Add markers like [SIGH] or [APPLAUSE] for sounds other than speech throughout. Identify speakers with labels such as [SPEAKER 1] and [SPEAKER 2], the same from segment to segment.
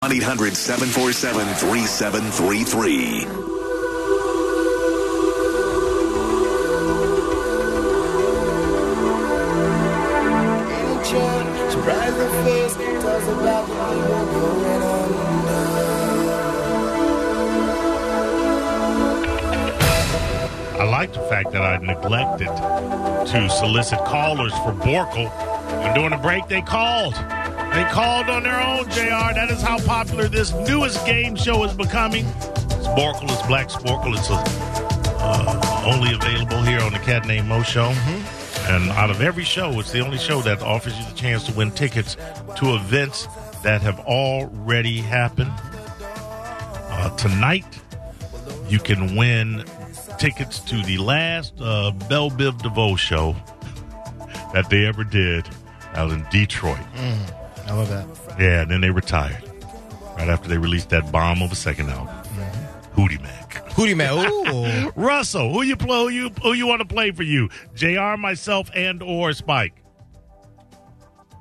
[SPEAKER 1] 1 800 747 3733.
[SPEAKER 2] Surprise the face, tells about the people going
[SPEAKER 3] I like the fact that I neglected to solicit callers for Borkle. And during the break, they called. They called on their own, JR. That is how popular this newest game show is becoming. It's Borkle, it's Black Sporkle. It's uh, only available here on the Cat Named Mo Show. And out of every show, it's the only show that offers you the chance to win tickets to events that have already happened. Uh, tonight, you can win tickets to the last uh, Bell Biv DeVoe show that they ever did out in Detroit.
[SPEAKER 4] Mm, I love that.
[SPEAKER 3] Yeah, and then they retired right after they released that bomb of a second album, Hootie Mac.
[SPEAKER 4] Mm-hmm. Hootie Man.
[SPEAKER 3] [LAUGHS]
[SPEAKER 4] Ooh.
[SPEAKER 3] Russell, who you play? Who you who you want to play for you? Jr. Myself and or Spike.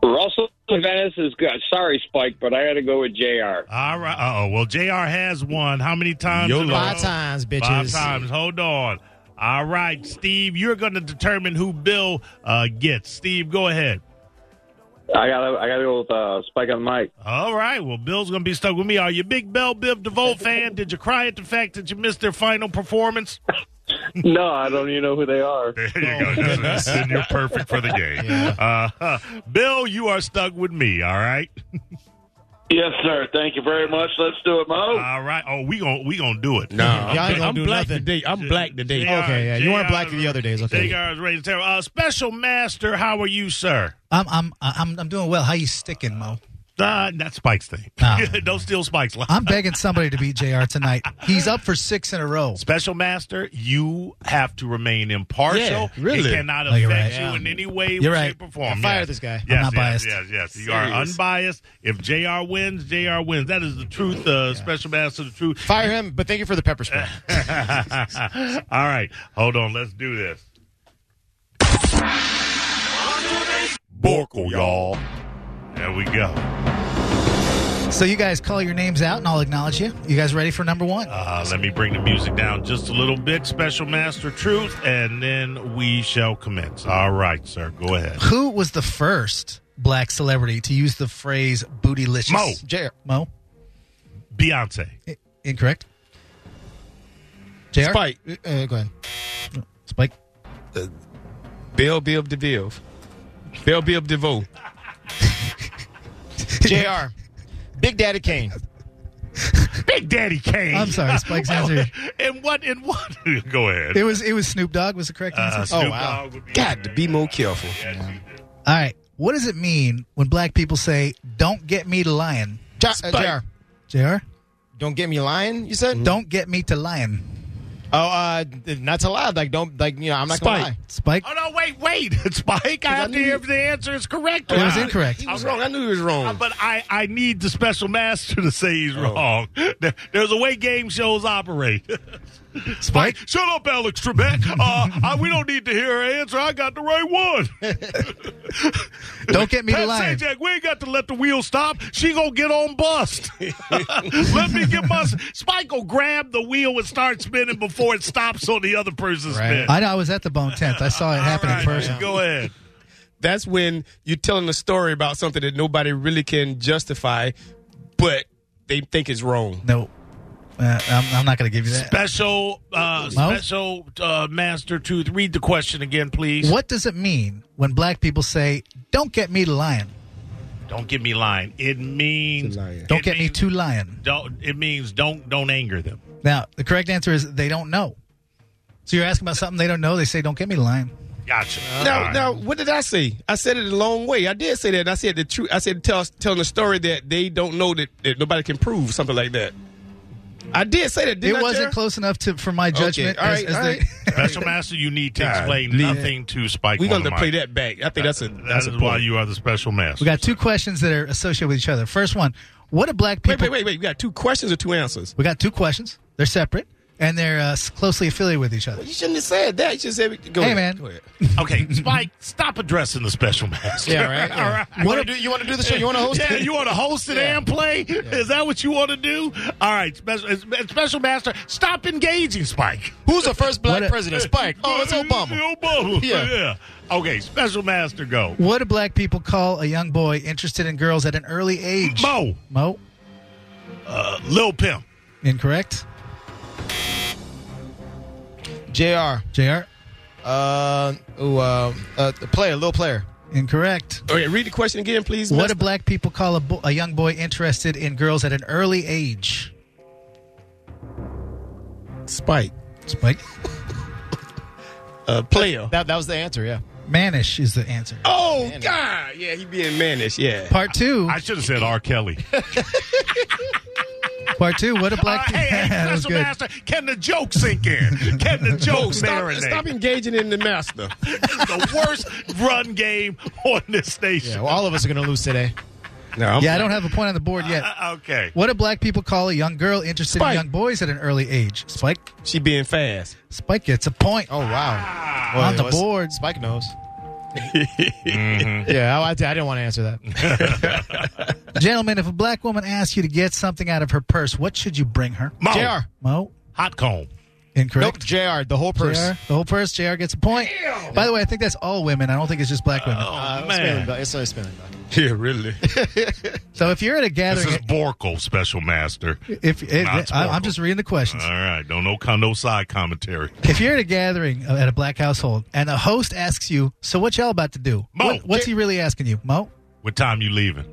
[SPEAKER 5] Russell Venice is good. Sorry, Spike, but I had to go with Jr.
[SPEAKER 3] All right. Uh oh. Well, Jr. has won. How many times? in a
[SPEAKER 4] Five
[SPEAKER 3] row?
[SPEAKER 4] times, bitches.
[SPEAKER 3] Five times. Hold on. All right, Steve, you're going to determine who Bill uh, gets. Steve, go ahead.
[SPEAKER 6] I gotta, I gotta go with uh, Spike on Mike.
[SPEAKER 3] All right. Well, Bill's going to be stuck with me. Are you a big Bell Biv DeVoe fan? Did you cry at the fact that you missed their final performance?
[SPEAKER 6] [LAUGHS]
[SPEAKER 3] Oh,
[SPEAKER 6] No, I don't even know who they are.
[SPEAKER 3] [LAUGHS] There you go. Just- Then you're perfect for the game. Uh, Bill, you are stuck with me. All right.
[SPEAKER 5] Yes, sir. Thank you very much. Let's do it, Mo.
[SPEAKER 6] Uh,
[SPEAKER 3] All right. Oh, we gon' we gonna do it.
[SPEAKER 7] No,
[SPEAKER 4] Y'all ain't
[SPEAKER 7] I'm,
[SPEAKER 4] gonna
[SPEAKER 7] I'm
[SPEAKER 4] do
[SPEAKER 7] black
[SPEAKER 4] nothing.
[SPEAKER 7] today. I'm black today.
[SPEAKER 3] JR,
[SPEAKER 4] Okay, yeah, you weren't
[SPEAKER 3] JR
[SPEAKER 4] black the other days, okay.
[SPEAKER 3] JR is ready to tell. Uh, Special Master, how are you, sir?
[SPEAKER 8] I'm I'm I'm I'm doing well. How you sticking, Mo?
[SPEAKER 3] Uh, not Spike's thing.
[SPEAKER 8] No.
[SPEAKER 3] [LAUGHS] Don't steal Spike's line.
[SPEAKER 8] I'm begging somebody to beat Jr. tonight. He's up for six in a row.
[SPEAKER 3] Special Master, you have to remain impartial.
[SPEAKER 7] Yeah, really.
[SPEAKER 3] It cannot
[SPEAKER 8] Oh,
[SPEAKER 3] affect
[SPEAKER 8] you're
[SPEAKER 3] you
[SPEAKER 8] right. Yeah.
[SPEAKER 3] in any way,
[SPEAKER 8] You're
[SPEAKER 3] shape,
[SPEAKER 8] right.
[SPEAKER 3] or form.
[SPEAKER 4] Fire
[SPEAKER 3] Yes.
[SPEAKER 4] this guy. I'm
[SPEAKER 3] Yes, yes,
[SPEAKER 8] not biased.
[SPEAKER 3] Yes, yes, You are unbiased. If JR wins, JR wins. That is the truth, uh, Special Master, the truth.
[SPEAKER 4] Fire him, but thank you for the pepper spray.
[SPEAKER 3] [LAUGHS] All right, hold on. Let's do this. Borkle, y'all. There we go.
[SPEAKER 8] So you guys call your names out, and I'll acknowledge you. You guys ready for number one?
[SPEAKER 3] Uh, let me bring the music down just a little bit, Special Master Truth, and then we shall commence. All right, sir. Go ahead.
[SPEAKER 8] Who was the first black celebrity to use the phrase "bootylicious"?
[SPEAKER 3] Mo.
[SPEAKER 4] Jer-
[SPEAKER 8] Mo.
[SPEAKER 3] Beyonce.
[SPEAKER 8] I- incorrect. Jr.
[SPEAKER 4] Spike. Uh, go ahead.
[SPEAKER 8] Spike.
[SPEAKER 7] Bill Bill DeVille. Bill Bill DeVoe.
[SPEAKER 4] [LAUGHS] JR. Big Daddy Kane.
[SPEAKER 3] Big Daddy Kane.
[SPEAKER 8] I'm sorry, Spike's answer.
[SPEAKER 3] [LAUGHS] And what? And what? [LAUGHS] Go ahead.
[SPEAKER 8] It was it was Snoop Dogg was the correct answer.
[SPEAKER 3] Uh, Snoop
[SPEAKER 4] Oh, wow.
[SPEAKER 3] Dogg would be
[SPEAKER 7] Got to
[SPEAKER 3] there.
[SPEAKER 7] be more careful.
[SPEAKER 8] All right. What does it mean when black people say "Don't get me to lying"?
[SPEAKER 4] J- uh,
[SPEAKER 7] Spike. Mm.
[SPEAKER 4] JR.
[SPEAKER 8] Jr.
[SPEAKER 4] Don't get me lying, you
[SPEAKER 7] Mm-hmm.
[SPEAKER 4] said?
[SPEAKER 8] Don't get me to lying.
[SPEAKER 4] Oh, uh, not to lie. Like, don't, like, you know, I'm not going to
[SPEAKER 7] Spike.
[SPEAKER 4] lie.
[SPEAKER 7] [LAUGHS]
[SPEAKER 8] Spike.
[SPEAKER 3] Oh no! Wait, wait, [LAUGHS] Spike. I have to
[SPEAKER 4] knew
[SPEAKER 3] hear
[SPEAKER 4] you-
[SPEAKER 3] if the answer is correct. or
[SPEAKER 8] It was
[SPEAKER 3] not.
[SPEAKER 8] incorrect.
[SPEAKER 7] He was wrong. I knew he was wrong.
[SPEAKER 3] Uh, But I, I need the special master to say he's wrong. There- There's a way game shows operate. Spike, shut up, Alex Trebek. Uh, I, we don't need to hear her answer. I got the right one.
[SPEAKER 8] Don't get me to
[SPEAKER 3] Pat
[SPEAKER 8] lying.
[SPEAKER 3] Sajak, we ain't got to let the wheel stop. She gonna get on bust. let me get my Spike will grab the wheel and start spinning before it stops on the other person's
[SPEAKER 4] Right.
[SPEAKER 3] spin.
[SPEAKER 8] I know. I was at the Bone Tenth. I saw it happen
[SPEAKER 3] All
[SPEAKER 8] in
[SPEAKER 3] right,
[SPEAKER 8] person.
[SPEAKER 3] Go ahead.
[SPEAKER 7] That's when you're telling a story about something that nobody really can justify, but they think is wrong.
[SPEAKER 8] No, uh, I'm, I'm not going to give you that.
[SPEAKER 3] Special, uh,
[SPEAKER 8] Mo?
[SPEAKER 3] special uh, master tooth. Read the question again, please.
[SPEAKER 8] What does it mean when black people say, "Don't get me to lying"?
[SPEAKER 3] Don't get me lying. It means
[SPEAKER 7] To lying.
[SPEAKER 8] Don't
[SPEAKER 3] it
[SPEAKER 8] get me
[SPEAKER 3] means
[SPEAKER 8] too lying.
[SPEAKER 3] Don't. It means don't don't anger them.
[SPEAKER 8] Now, the correct answer is they don't know. So you're asking about something they don't know. They say, "Don't get me to lying."
[SPEAKER 3] Gotcha.
[SPEAKER 7] Now,
[SPEAKER 3] All right.
[SPEAKER 7] now, what did I say? I said it a long way. I did say that. and I said the truth. I said tell, telling a story that they don't know that, that nobody can prove, something like that. I did say that. Didn't
[SPEAKER 8] it
[SPEAKER 7] I,
[SPEAKER 8] wasn't
[SPEAKER 7] Jared?
[SPEAKER 8] close enough to for my judgment.
[SPEAKER 7] all
[SPEAKER 8] as-
[SPEAKER 7] right,
[SPEAKER 8] as
[SPEAKER 7] all
[SPEAKER 8] the-
[SPEAKER 7] right. [LAUGHS]
[SPEAKER 3] special master, you need to explain nothing to Spike.
[SPEAKER 7] We're going to
[SPEAKER 3] Wanamaker.
[SPEAKER 7] play that back. I think that's a
[SPEAKER 3] That
[SPEAKER 7] that's
[SPEAKER 3] is
[SPEAKER 7] a
[SPEAKER 3] why
[SPEAKER 7] point.
[SPEAKER 3] you are the special master.
[SPEAKER 8] we got two questions that are associated with each other. First one: What do black people?
[SPEAKER 7] wait, wait, wait, wait. We got two questions or two answers.
[SPEAKER 8] We got two questions. They're separate. and they're uh, s- closely affiliated with each other.
[SPEAKER 7] You shouldn't have said that. You should have said, go
[SPEAKER 8] Hey, man.
[SPEAKER 7] ahead. Go ahead.
[SPEAKER 3] Okay, Spike, stop addressing the special master.
[SPEAKER 4] Yeah, right, yeah.
[SPEAKER 3] [LAUGHS] All right.
[SPEAKER 4] You wanna do- you wanna do the show? You wanna host
[SPEAKER 3] yeah,
[SPEAKER 4] it?
[SPEAKER 3] you want to host it and play? Is that what you want to do? All right, special, uh, special master, stop engaging Spike.
[SPEAKER 4] Who's the first black
[SPEAKER 8] What a-
[SPEAKER 4] president? Spike. Oh, it's Obama.
[SPEAKER 3] Obama.
[SPEAKER 4] Yeah.
[SPEAKER 3] yeah. Okay, special master, go.
[SPEAKER 8] What do black people call a young boy interested in girls at an early age?
[SPEAKER 3] Mo,
[SPEAKER 8] Mo?
[SPEAKER 3] uh, Lil Pimp.
[SPEAKER 8] Incorrect.
[SPEAKER 4] Jr.
[SPEAKER 8] JR?
[SPEAKER 4] Uh, ooh, uh, uh, the player, little player.
[SPEAKER 8] Incorrect.
[SPEAKER 7] Okay, read the question again, please.
[SPEAKER 8] What
[SPEAKER 7] mister.
[SPEAKER 8] do black people call a, bo- a young boy interested in girls at an early age?
[SPEAKER 7] Spike.
[SPEAKER 8] Spike.
[SPEAKER 7] Uh, player.
[SPEAKER 4] That that was the answer. Yeah.
[SPEAKER 8] Manish is the answer.
[SPEAKER 7] Oh, God. Yeah, he being mannish. Yeah.
[SPEAKER 8] Part two.
[SPEAKER 3] I should have said R. Kelly.
[SPEAKER 8] Part two. What do
[SPEAKER 3] Uh,
[SPEAKER 8] black
[SPEAKER 3] [LAUGHS]
[SPEAKER 8] people?
[SPEAKER 3] hey, hey,
[SPEAKER 8] [LAUGHS] that was
[SPEAKER 3] special
[SPEAKER 8] good.
[SPEAKER 3] master, can the joke sink in? Can
[SPEAKER 8] [LAUGHS]
[SPEAKER 3] the joke
[SPEAKER 7] Oh, Stop,
[SPEAKER 3] marinate?
[SPEAKER 7] stop engaging in the master.
[SPEAKER 3] This is the worst run game on this
[SPEAKER 4] Yeah.
[SPEAKER 3] station.
[SPEAKER 4] Well, all of us are gonna lose today.
[SPEAKER 7] no, I'm-
[SPEAKER 8] Yeah, I don't have a point on the board yet.
[SPEAKER 3] Uh, okay.
[SPEAKER 8] What do black people call a young girl interested
[SPEAKER 7] Spike.
[SPEAKER 8] in young boys at an early age? Spike.
[SPEAKER 7] she being fast. [LAUGHS]
[SPEAKER 8] Spike gets a point.
[SPEAKER 4] Oh wow.
[SPEAKER 3] Ah.
[SPEAKER 4] Well,
[SPEAKER 8] On
[SPEAKER 4] it
[SPEAKER 8] the
[SPEAKER 4] was-
[SPEAKER 8] board.
[SPEAKER 4] Spike knows.
[SPEAKER 3] Mm-hmm.
[SPEAKER 4] [LAUGHS] Yeah, I, I didn't want to answer that.
[SPEAKER 8] [LAUGHS]
[SPEAKER 4] [LAUGHS]
[SPEAKER 8] Gentlemen, if a black woman asks you to get something out of her purse, what should you bring her?
[SPEAKER 3] Mo,
[SPEAKER 4] Jr.
[SPEAKER 8] Mo.
[SPEAKER 3] hot
[SPEAKER 4] Nope.
[SPEAKER 3] cone.
[SPEAKER 8] Incorrect.
[SPEAKER 4] Jr. The whole
[SPEAKER 8] JR,
[SPEAKER 4] purse.
[SPEAKER 8] the whole purse. Jr. gets a point. By the way, I think that's all women. I don't think it's just black women.
[SPEAKER 4] Uh,
[SPEAKER 3] Oh,
[SPEAKER 4] it's spelling
[SPEAKER 3] man.
[SPEAKER 4] bug- It's a spelling bug.
[SPEAKER 7] Yeah, really.
[SPEAKER 8] so if you're at a
[SPEAKER 3] This is
[SPEAKER 8] gathering,
[SPEAKER 3] Borkle, special master.
[SPEAKER 8] if it,
[SPEAKER 3] Nah, it's
[SPEAKER 8] I,
[SPEAKER 3] horrible.
[SPEAKER 8] I'm just reading the questions.
[SPEAKER 3] All right. Don't no, con- no side commentary.
[SPEAKER 8] If you're at a gathering uh, at a black household and the host asks you, "So what y'all about to do?"
[SPEAKER 3] Mo.
[SPEAKER 8] What- what's he really asking you, Mo?
[SPEAKER 3] What time you leaving?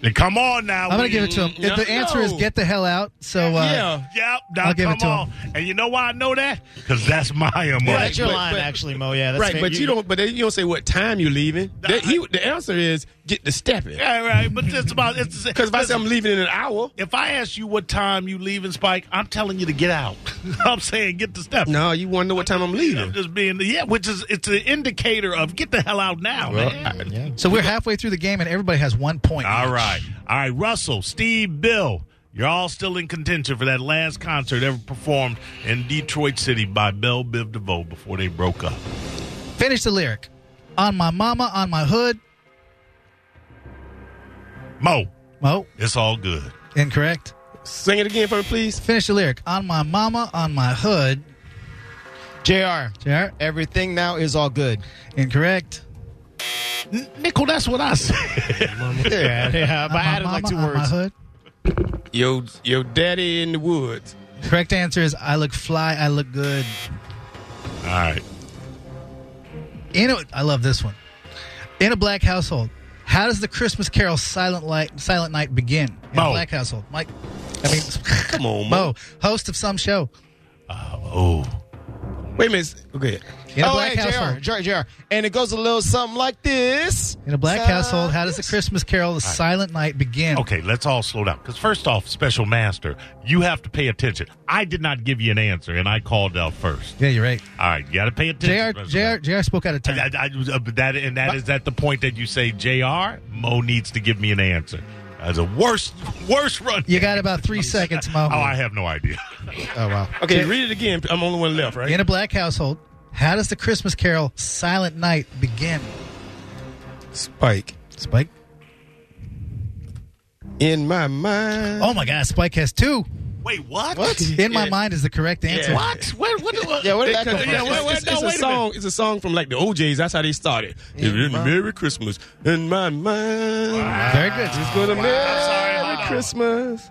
[SPEAKER 3] Then come on now.
[SPEAKER 8] Mm. I'm gonna
[SPEAKER 3] we-
[SPEAKER 8] give it to him. If the answer is
[SPEAKER 7] Mm, No.
[SPEAKER 8] get the hell out, so uh,
[SPEAKER 7] yeah.
[SPEAKER 3] Yep. Now
[SPEAKER 8] I'll give
[SPEAKER 3] come
[SPEAKER 8] it to
[SPEAKER 3] on. And you know why I know that? Because that's my MO.
[SPEAKER 4] Yeah, that's your
[SPEAKER 7] but-
[SPEAKER 4] line,
[SPEAKER 7] but-
[SPEAKER 4] actually, Mo. Yeah, that's
[SPEAKER 7] Right,
[SPEAKER 4] fair.
[SPEAKER 7] but you, don't. But you don't say what time you leaving. That- he, the answer is get the stepping.
[SPEAKER 3] All right. But it's about. It's
[SPEAKER 7] Because if I say I'm leaving in an hour,
[SPEAKER 3] if I ask you what time you leaving, Spike, I'm telling you to get out. [LAUGHS] I'm saying get the step.
[SPEAKER 7] no, you want to know what time I'm
[SPEAKER 3] I'm
[SPEAKER 7] leaving.
[SPEAKER 3] just being the yeah, which is it's an indicator of get the hell out now, man.
[SPEAKER 7] Uh,
[SPEAKER 4] Yeah.
[SPEAKER 8] So we're halfway through the game and everybody has one point.
[SPEAKER 3] All right. All right, Russell, Steve, Bill, you're all still in contention for that last concert ever performed in Detroit City by Bell Biv DeVoe before they broke up.
[SPEAKER 8] Finish the lyric. On my mama, on my hood.
[SPEAKER 3] Mo,
[SPEAKER 8] Mo,
[SPEAKER 3] it's all good.
[SPEAKER 8] incorrect.
[SPEAKER 7] Sing it again for me, please.
[SPEAKER 8] Finish the lyric. On my mama, on my hood.
[SPEAKER 4] Jr.
[SPEAKER 8] JR,
[SPEAKER 4] Everything now is all good.
[SPEAKER 8] incorrect.
[SPEAKER 3] N- Nickel, that's what I said.
[SPEAKER 4] Yeah, yeah. But
[SPEAKER 8] On
[SPEAKER 4] I
[SPEAKER 8] my
[SPEAKER 4] added like
[SPEAKER 8] mama,
[SPEAKER 4] two
[SPEAKER 8] on my
[SPEAKER 4] words.
[SPEAKER 8] hood.
[SPEAKER 7] Yo, yo, daddy in the woods.
[SPEAKER 8] Correct answer is I look fly, I look good.
[SPEAKER 3] all right.
[SPEAKER 8] In a, I love this one. In a black household, how does the Christmas Carol Silent Light Silent Night begin? In
[SPEAKER 3] Mo.
[SPEAKER 8] a black household, Mike. I mean, [LAUGHS]
[SPEAKER 7] Come on, Mo.
[SPEAKER 8] Mo, host of some show.
[SPEAKER 3] Oh.
[SPEAKER 7] Wait a minute. Okay.
[SPEAKER 8] In a
[SPEAKER 4] oh,
[SPEAKER 8] black
[SPEAKER 4] hey,
[SPEAKER 8] household,
[SPEAKER 4] JR, JR, JR. And it goes a little something like this.
[SPEAKER 8] in a black
[SPEAKER 4] Silent-
[SPEAKER 8] household, how does the Christmas Carol the Silent Night begin?
[SPEAKER 3] Okay, let's all slow down. Because first off, special master, you have to pay attention. I did not give you an answer, and I called out first.
[SPEAKER 8] Yeah, you're right.
[SPEAKER 3] All right, you got to pay attention.
[SPEAKER 8] Jr.
[SPEAKER 3] Special
[SPEAKER 8] Jr. Jr. spoke out of turn.
[SPEAKER 3] I, I, I- uh, but that and that is at the point that you say, Jr. Mo needs to give me an answer. That's a worst worst run.
[SPEAKER 8] You got about
[SPEAKER 3] [LAUGHS]
[SPEAKER 8] three seconds, Mo.
[SPEAKER 3] Oh, I have no idea. [LAUGHS]
[SPEAKER 4] Oh, wow.
[SPEAKER 7] Okay, read it again. I'm the only one left, right?
[SPEAKER 8] In a black household, how does the Christmas Carol Silent Night begin?
[SPEAKER 7] Spike.
[SPEAKER 8] Spike.
[SPEAKER 7] In my mind.
[SPEAKER 8] Oh my God, Spike has two.
[SPEAKER 3] Wait, what?
[SPEAKER 8] [LAUGHS] In my
[SPEAKER 7] Yeah.
[SPEAKER 8] mind is the correct
[SPEAKER 3] [LAUGHS]
[SPEAKER 8] answer.
[SPEAKER 3] What? What? what, what?
[SPEAKER 4] Yeah, where did that come
[SPEAKER 7] Because
[SPEAKER 4] from?
[SPEAKER 7] it's,
[SPEAKER 3] wait, wait,
[SPEAKER 7] it's-
[SPEAKER 3] no,
[SPEAKER 7] it's
[SPEAKER 3] wait a
[SPEAKER 7] a song. It's a song from like the OJ's. That's how they started. Merry Christmas in my mind.
[SPEAKER 8] Very good.
[SPEAKER 7] It's gonna
[SPEAKER 3] sorry,
[SPEAKER 7] Merry
[SPEAKER 3] hold on.
[SPEAKER 7] Christmas.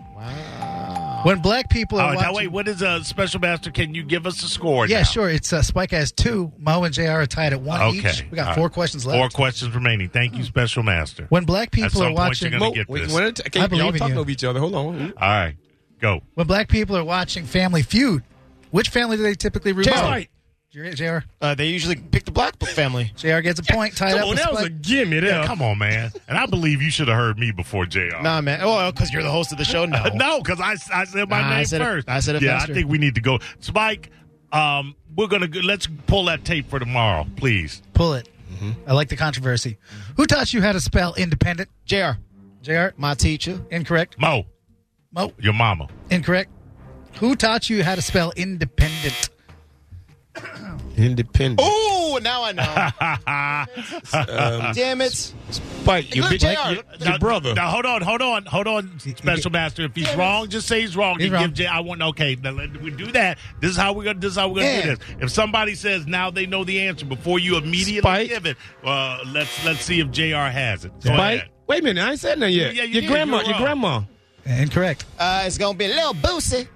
[SPEAKER 8] When black people
[SPEAKER 3] Oh,
[SPEAKER 8] are
[SPEAKER 3] now
[SPEAKER 8] watching,
[SPEAKER 3] wait. What is a special master? Can you give us a score?
[SPEAKER 8] yeah,
[SPEAKER 3] now?
[SPEAKER 8] sure. It's uh, Spike has two. Mo and Jr. are tied at one
[SPEAKER 3] Okay.
[SPEAKER 8] each. We got
[SPEAKER 3] All
[SPEAKER 8] four
[SPEAKER 3] right.
[SPEAKER 8] questions left.
[SPEAKER 3] Four questions remaining. Thank you, special master.
[SPEAKER 8] when black
[SPEAKER 3] At
[SPEAKER 8] people
[SPEAKER 3] some
[SPEAKER 8] are
[SPEAKER 3] point you're
[SPEAKER 8] watching,
[SPEAKER 3] gonna- get
[SPEAKER 7] wait,
[SPEAKER 3] this.
[SPEAKER 7] one at a time.
[SPEAKER 8] I
[SPEAKER 7] y'all
[SPEAKER 8] believe in
[SPEAKER 7] talking
[SPEAKER 8] you.
[SPEAKER 7] over each other. Hold on.
[SPEAKER 3] All right, go.
[SPEAKER 8] when black people are watching Family Feud, which family do they typically root for?
[SPEAKER 7] Spike.
[SPEAKER 8] Jr. Jr.
[SPEAKER 4] Uh, they usually pick the black family.
[SPEAKER 8] Jr. gets a point. Tied up.
[SPEAKER 7] Come on,
[SPEAKER 8] with
[SPEAKER 7] Oh, that was a
[SPEAKER 8] Spike.
[SPEAKER 7] gimme. There.
[SPEAKER 3] Yeah, come on, man. And I believe you should have heard me before Jr.
[SPEAKER 4] Nah, man. Oh, because you're the host of the
[SPEAKER 3] [LAUGHS]
[SPEAKER 4] show now.
[SPEAKER 3] No, because I, I said my
[SPEAKER 4] Nah,
[SPEAKER 3] name
[SPEAKER 4] I said it-
[SPEAKER 3] first.
[SPEAKER 4] I said it
[SPEAKER 3] Yeah,
[SPEAKER 4] faster.
[SPEAKER 3] I think we need to go. Spike, um, we're gonna go, let's pull that tape for tomorrow, please.
[SPEAKER 8] Pull it.
[SPEAKER 4] Mm-hmm.
[SPEAKER 8] I like the controversy. Who taught you how to spell independent?
[SPEAKER 4] JR,
[SPEAKER 8] Jr.
[SPEAKER 4] my teacher.
[SPEAKER 8] Incorrect.
[SPEAKER 3] Mo,
[SPEAKER 8] Mo.
[SPEAKER 3] your mama.
[SPEAKER 8] Incorrect. Who taught you how to spell independent?
[SPEAKER 7] Independent.
[SPEAKER 4] Ooh, now I know. Damn it.
[SPEAKER 7] Spike, you
[SPEAKER 4] Look,
[SPEAKER 7] big,
[SPEAKER 4] JR,
[SPEAKER 7] your,
[SPEAKER 4] look,
[SPEAKER 7] your
[SPEAKER 3] Now- [LAUGHS]
[SPEAKER 7] brother.
[SPEAKER 3] Now hold on, hold on, hold on, Special Master. If he's wrong, just say he's wrong.
[SPEAKER 8] He's
[SPEAKER 3] You give
[SPEAKER 8] wrong.
[SPEAKER 3] J- I want okay. Now let, we do that. This is how we're gonna. This is how we're gonna do
[SPEAKER 4] Yeah.
[SPEAKER 3] this. If somebody says now they know the answer before you immediately
[SPEAKER 7] Spike.
[SPEAKER 3] give it, uh, let's let's see if Jr. has it. Go
[SPEAKER 7] Spike.
[SPEAKER 3] ahead.
[SPEAKER 7] Wait a minute, I ain't said nothing yet.
[SPEAKER 3] Yeah, you
[SPEAKER 7] your
[SPEAKER 3] did.
[SPEAKER 7] grandma,
[SPEAKER 3] You were
[SPEAKER 7] your
[SPEAKER 3] wrong.
[SPEAKER 7] grandma.
[SPEAKER 8] Incorrect.
[SPEAKER 4] Uh, it's going to be a little boosie.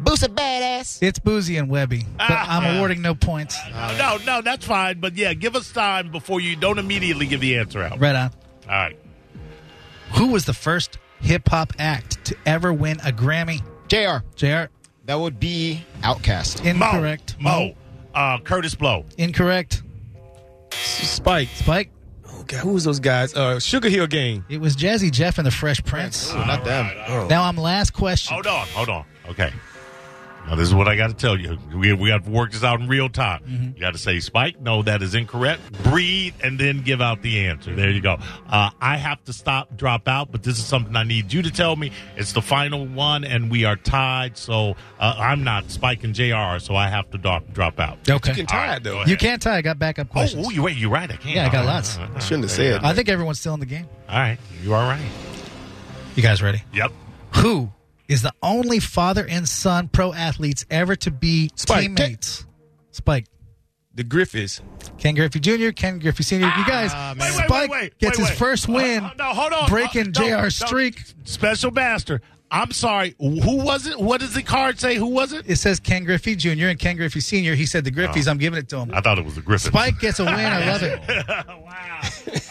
[SPEAKER 4] Boosie badass.
[SPEAKER 8] It's Boozy and Webby, but
[SPEAKER 3] Ah.
[SPEAKER 8] I'm awarding no points.
[SPEAKER 3] Uh, No, no, no, that's fine. But yeah, give us time before you don't immediately give the answer out.
[SPEAKER 8] Right on.
[SPEAKER 3] All right.
[SPEAKER 8] Who was the first hip hop act to ever win a Grammy?
[SPEAKER 4] JR,
[SPEAKER 8] JR.
[SPEAKER 4] that would be
[SPEAKER 7] [LAUGHS]
[SPEAKER 4] Outcast.
[SPEAKER 3] Mo.
[SPEAKER 8] Incorrect.
[SPEAKER 3] Mo. Uh, Curtis Blow.
[SPEAKER 8] Incorrect.
[SPEAKER 7] Spike.
[SPEAKER 8] Spike.
[SPEAKER 7] Oh, God, who was those guys? Uh, Sugar Hill Gang.
[SPEAKER 8] It was Jazzy Jeff and the Fresh Prince.
[SPEAKER 4] Not them.
[SPEAKER 8] Now I'm last question.
[SPEAKER 3] Hold on, hold on. Okay. Now this is what I got to tell you. We we got to work this out in real time.
[SPEAKER 8] Mm-hmm.
[SPEAKER 3] You got to say, Spike, no, that is incorrect. Breathe and then give out the answer. There you go. Uh, I have to stop, drop out, but this is something I need you to tell me. It's the final one, and we are tied. So uh, I'm not Spike and Jr. So I have to drop drop out.
[SPEAKER 8] Okay.
[SPEAKER 7] You can
[SPEAKER 3] All
[SPEAKER 7] tie
[SPEAKER 3] right,
[SPEAKER 7] though.
[SPEAKER 3] go
[SPEAKER 8] You
[SPEAKER 3] ahead.
[SPEAKER 8] can't tie. I got backup
[SPEAKER 3] Oh,
[SPEAKER 8] questions.
[SPEAKER 3] oh, you wait. You're right. I can't.
[SPEAKER 8] Yeah, I got
[SPEAKER 3] All right,
[SPEAKER 8] lots.
[SPEAKER 3] all right, all right.
[SPEAKER 7] Shouldn't have said.
[SPEAKER 8] I think everyone's still in the game.
[SPEAKER 3] All right, you are right.
[SPEAKER 8] You guys ready?
[SPEAKER 3] Yep.
[SPEAKER 8] Who is the only father and son pro athletes ever to be
[SPEAKER 7] Spike.
[SPEAKER 8] teammates? Spike.
[SPEAKER 7] The Griffiths.
[SPEAKER 8] Ken Griffey Jr., Ken Griffey Sr. You guys,
[SPEAKER 3] Ah, Wait, wait,
[SPEAKER 8] Spike
[SPEAKER 3] wait, wait,
[SPEAKER 8] gets
[SPEAKER 3] wait,
[SPEAKER 8] his
[SPEAKER 3] wait.
[SPEAKER 8] first
[SPEAKER 3] Uh,
[SPEAKER 8] win,
[SPEAKER 3] uh, no, hold on.
[SPEAKER 8] breaking
[SPEAKER 3] Uh, no,
[SPEAKER 8] JR's
[SPEAKER 3] no.
[SPEAKER 8] streak.
[SPEAKER 3] Special master. I'm sorry. Who was it? What does the card say? Who was it?
[SPEAKER 8] It says Ken Griffey Jr. and Ken Griffey Sr. He said the Griffies.
[SPEAKER 3] Oh.
[SPEAKER 8] I'm giving it to him.
[SPEAKER 3] I thought it was the Griffin.
[SPEAKER 8] Spike gets a win. I love it.
[SPEAKER 3] [LAUGHS] Oh, wow.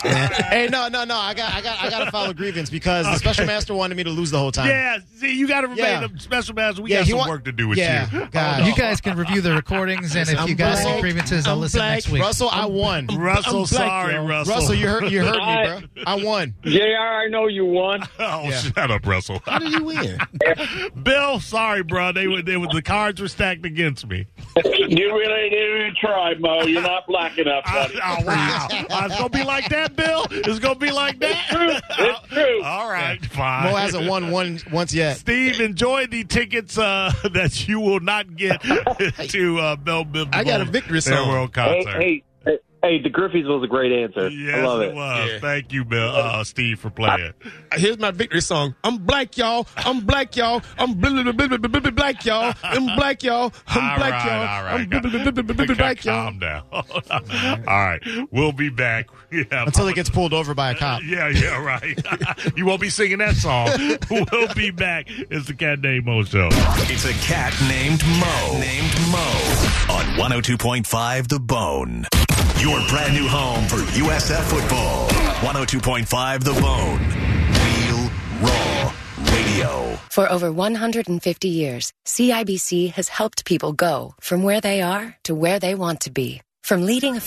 [SPEAKER 4] hey, no, no, no. I got, I got, I got to file a grievance because the special master wanted me to lose the whole time.
[SPEAKER 3] Yeah. See, you got to remain
[SPEAKER 4] Yeah.
[SPEAKER 3] a special master. We
[SPEAKER 4] Yeah,
[SPEAKER 3] got
[SPEAKER 4] he
[SPEAKER 3] some
[SPEAKER 4] wa-
[SPEAKER 3] work to do with
[SPEAKER 4] Yeah,
[SPEAKER 3] you.
[SPEAKER 8] [LAUGHS]
[SPEAKER 4] God.
[SPEAKER 8] You guys can review the recordings, and if you guys
[SPEAKER 4] black.
[SPEAKER 8] have grievances, I'll
[SPEAKER 7] I'm
[SPEAKER 8] listen
[SPEAKER 7] black.
[SPEAKER 8] next week.
[SPEAKER 4] Russell, I won.
[SPEAKER 3] Russell, sorry,
[SPEAKER 7] yo.
[SPEAKER 3] Russell.
[SPEAKER 4] Russell, you heard, you heard me, bro. I won.
[SPEAKER 6] JR, I know you won.
[SPEAKER 3] [LAUGHS] Oh,
[SPEAKER 4] Yeah.
[SPEAKER 3] shut up, Russell.
[SPEAKER 7] How did you win?
[SPEAKER 3] [LAUGHS] Bill, sorry, bro. They were, they were, the cards were stacked against me. [LAUGHS]
[SPEAKER 5] [LAUGHS] You really didn't even try, Mo. You're not black enough,
[SPEAKER 3] I,
[SPEAKER 5] buddy.
[SPEAKER 3] oh, wow. Uh, it's going to be like that, Bill? It's going to be like
[SPEAKER 5] True.
[SPEAKER 3] that?
[SPEAKER 5] It's true.
[SPEAKER 3] All right, fine.
[SPEAKER 4] Mo hasn't won one once yet.
[SPEAKER 3] Steve, enjoy the tickets uh, [LAUGHS] that you will not
[SPEAKER 7] [LAUGHS]
[SPEAKER 3] get to uh, Bell Biv.
[SPEAKER 7] I got a
[SPEAKER 3] DeVoe's
[SPEAKER 7] victory
[SPEAKER 3] Fair
[SPEAKER 7] song.
[SPEAKER 3] World
[SPEAKER 6] Hey,
[SPEAKER 3] concert.
[SPEAKER 6] hey, hey, hey, the Griffies was a great answer.
[SPEAKER 3] Yes,
[SPEAKER 6] I love it.
[SPEAKER 3] was.
[SPEAKER 7] Yeah.
[SPEAKER 3] Thank you, Bill, uh, Steve, for playing.
[SPEAKER 7] Here's my victory song. I'm black, y'all. I'm black, y'all. I'm bl- bl- bl- bl- bl- bl- bl- black, y'all. I'm black, y'all. I'm
[SPEAKER 3] All
[SPEAKER 7] black,
[SPEAKER 3] right,
[SPEAKER 7] y'all.
[SPEAKER 3] all right,
[SPEAKER 7] I'm bl- bl- bl- bl- bl- bl- black, y'all.
[SPEAKER 3] Calm down. [LAUGHS] all right, we'll be back. [LAUGHS] Yeah,
[SPEAKER 4] Until he gets pulled over by a cop.
[SPEAKER 3] Yeah, yeah, right. [LAUGHS] you won't be singing that song. [LAUGHS] we'll be back. It's the Cat Day Mo Show.
[SPEAKER 1] It's a cat named Mo. Named Mo. On 102.5 The Bone. Your brand new home for USF football. 102.5 The Bone. Real Raw Radio.
[SPEAKER 9] For over 150 years, CIBC has helped people go from where they are to where they want to be. From leading a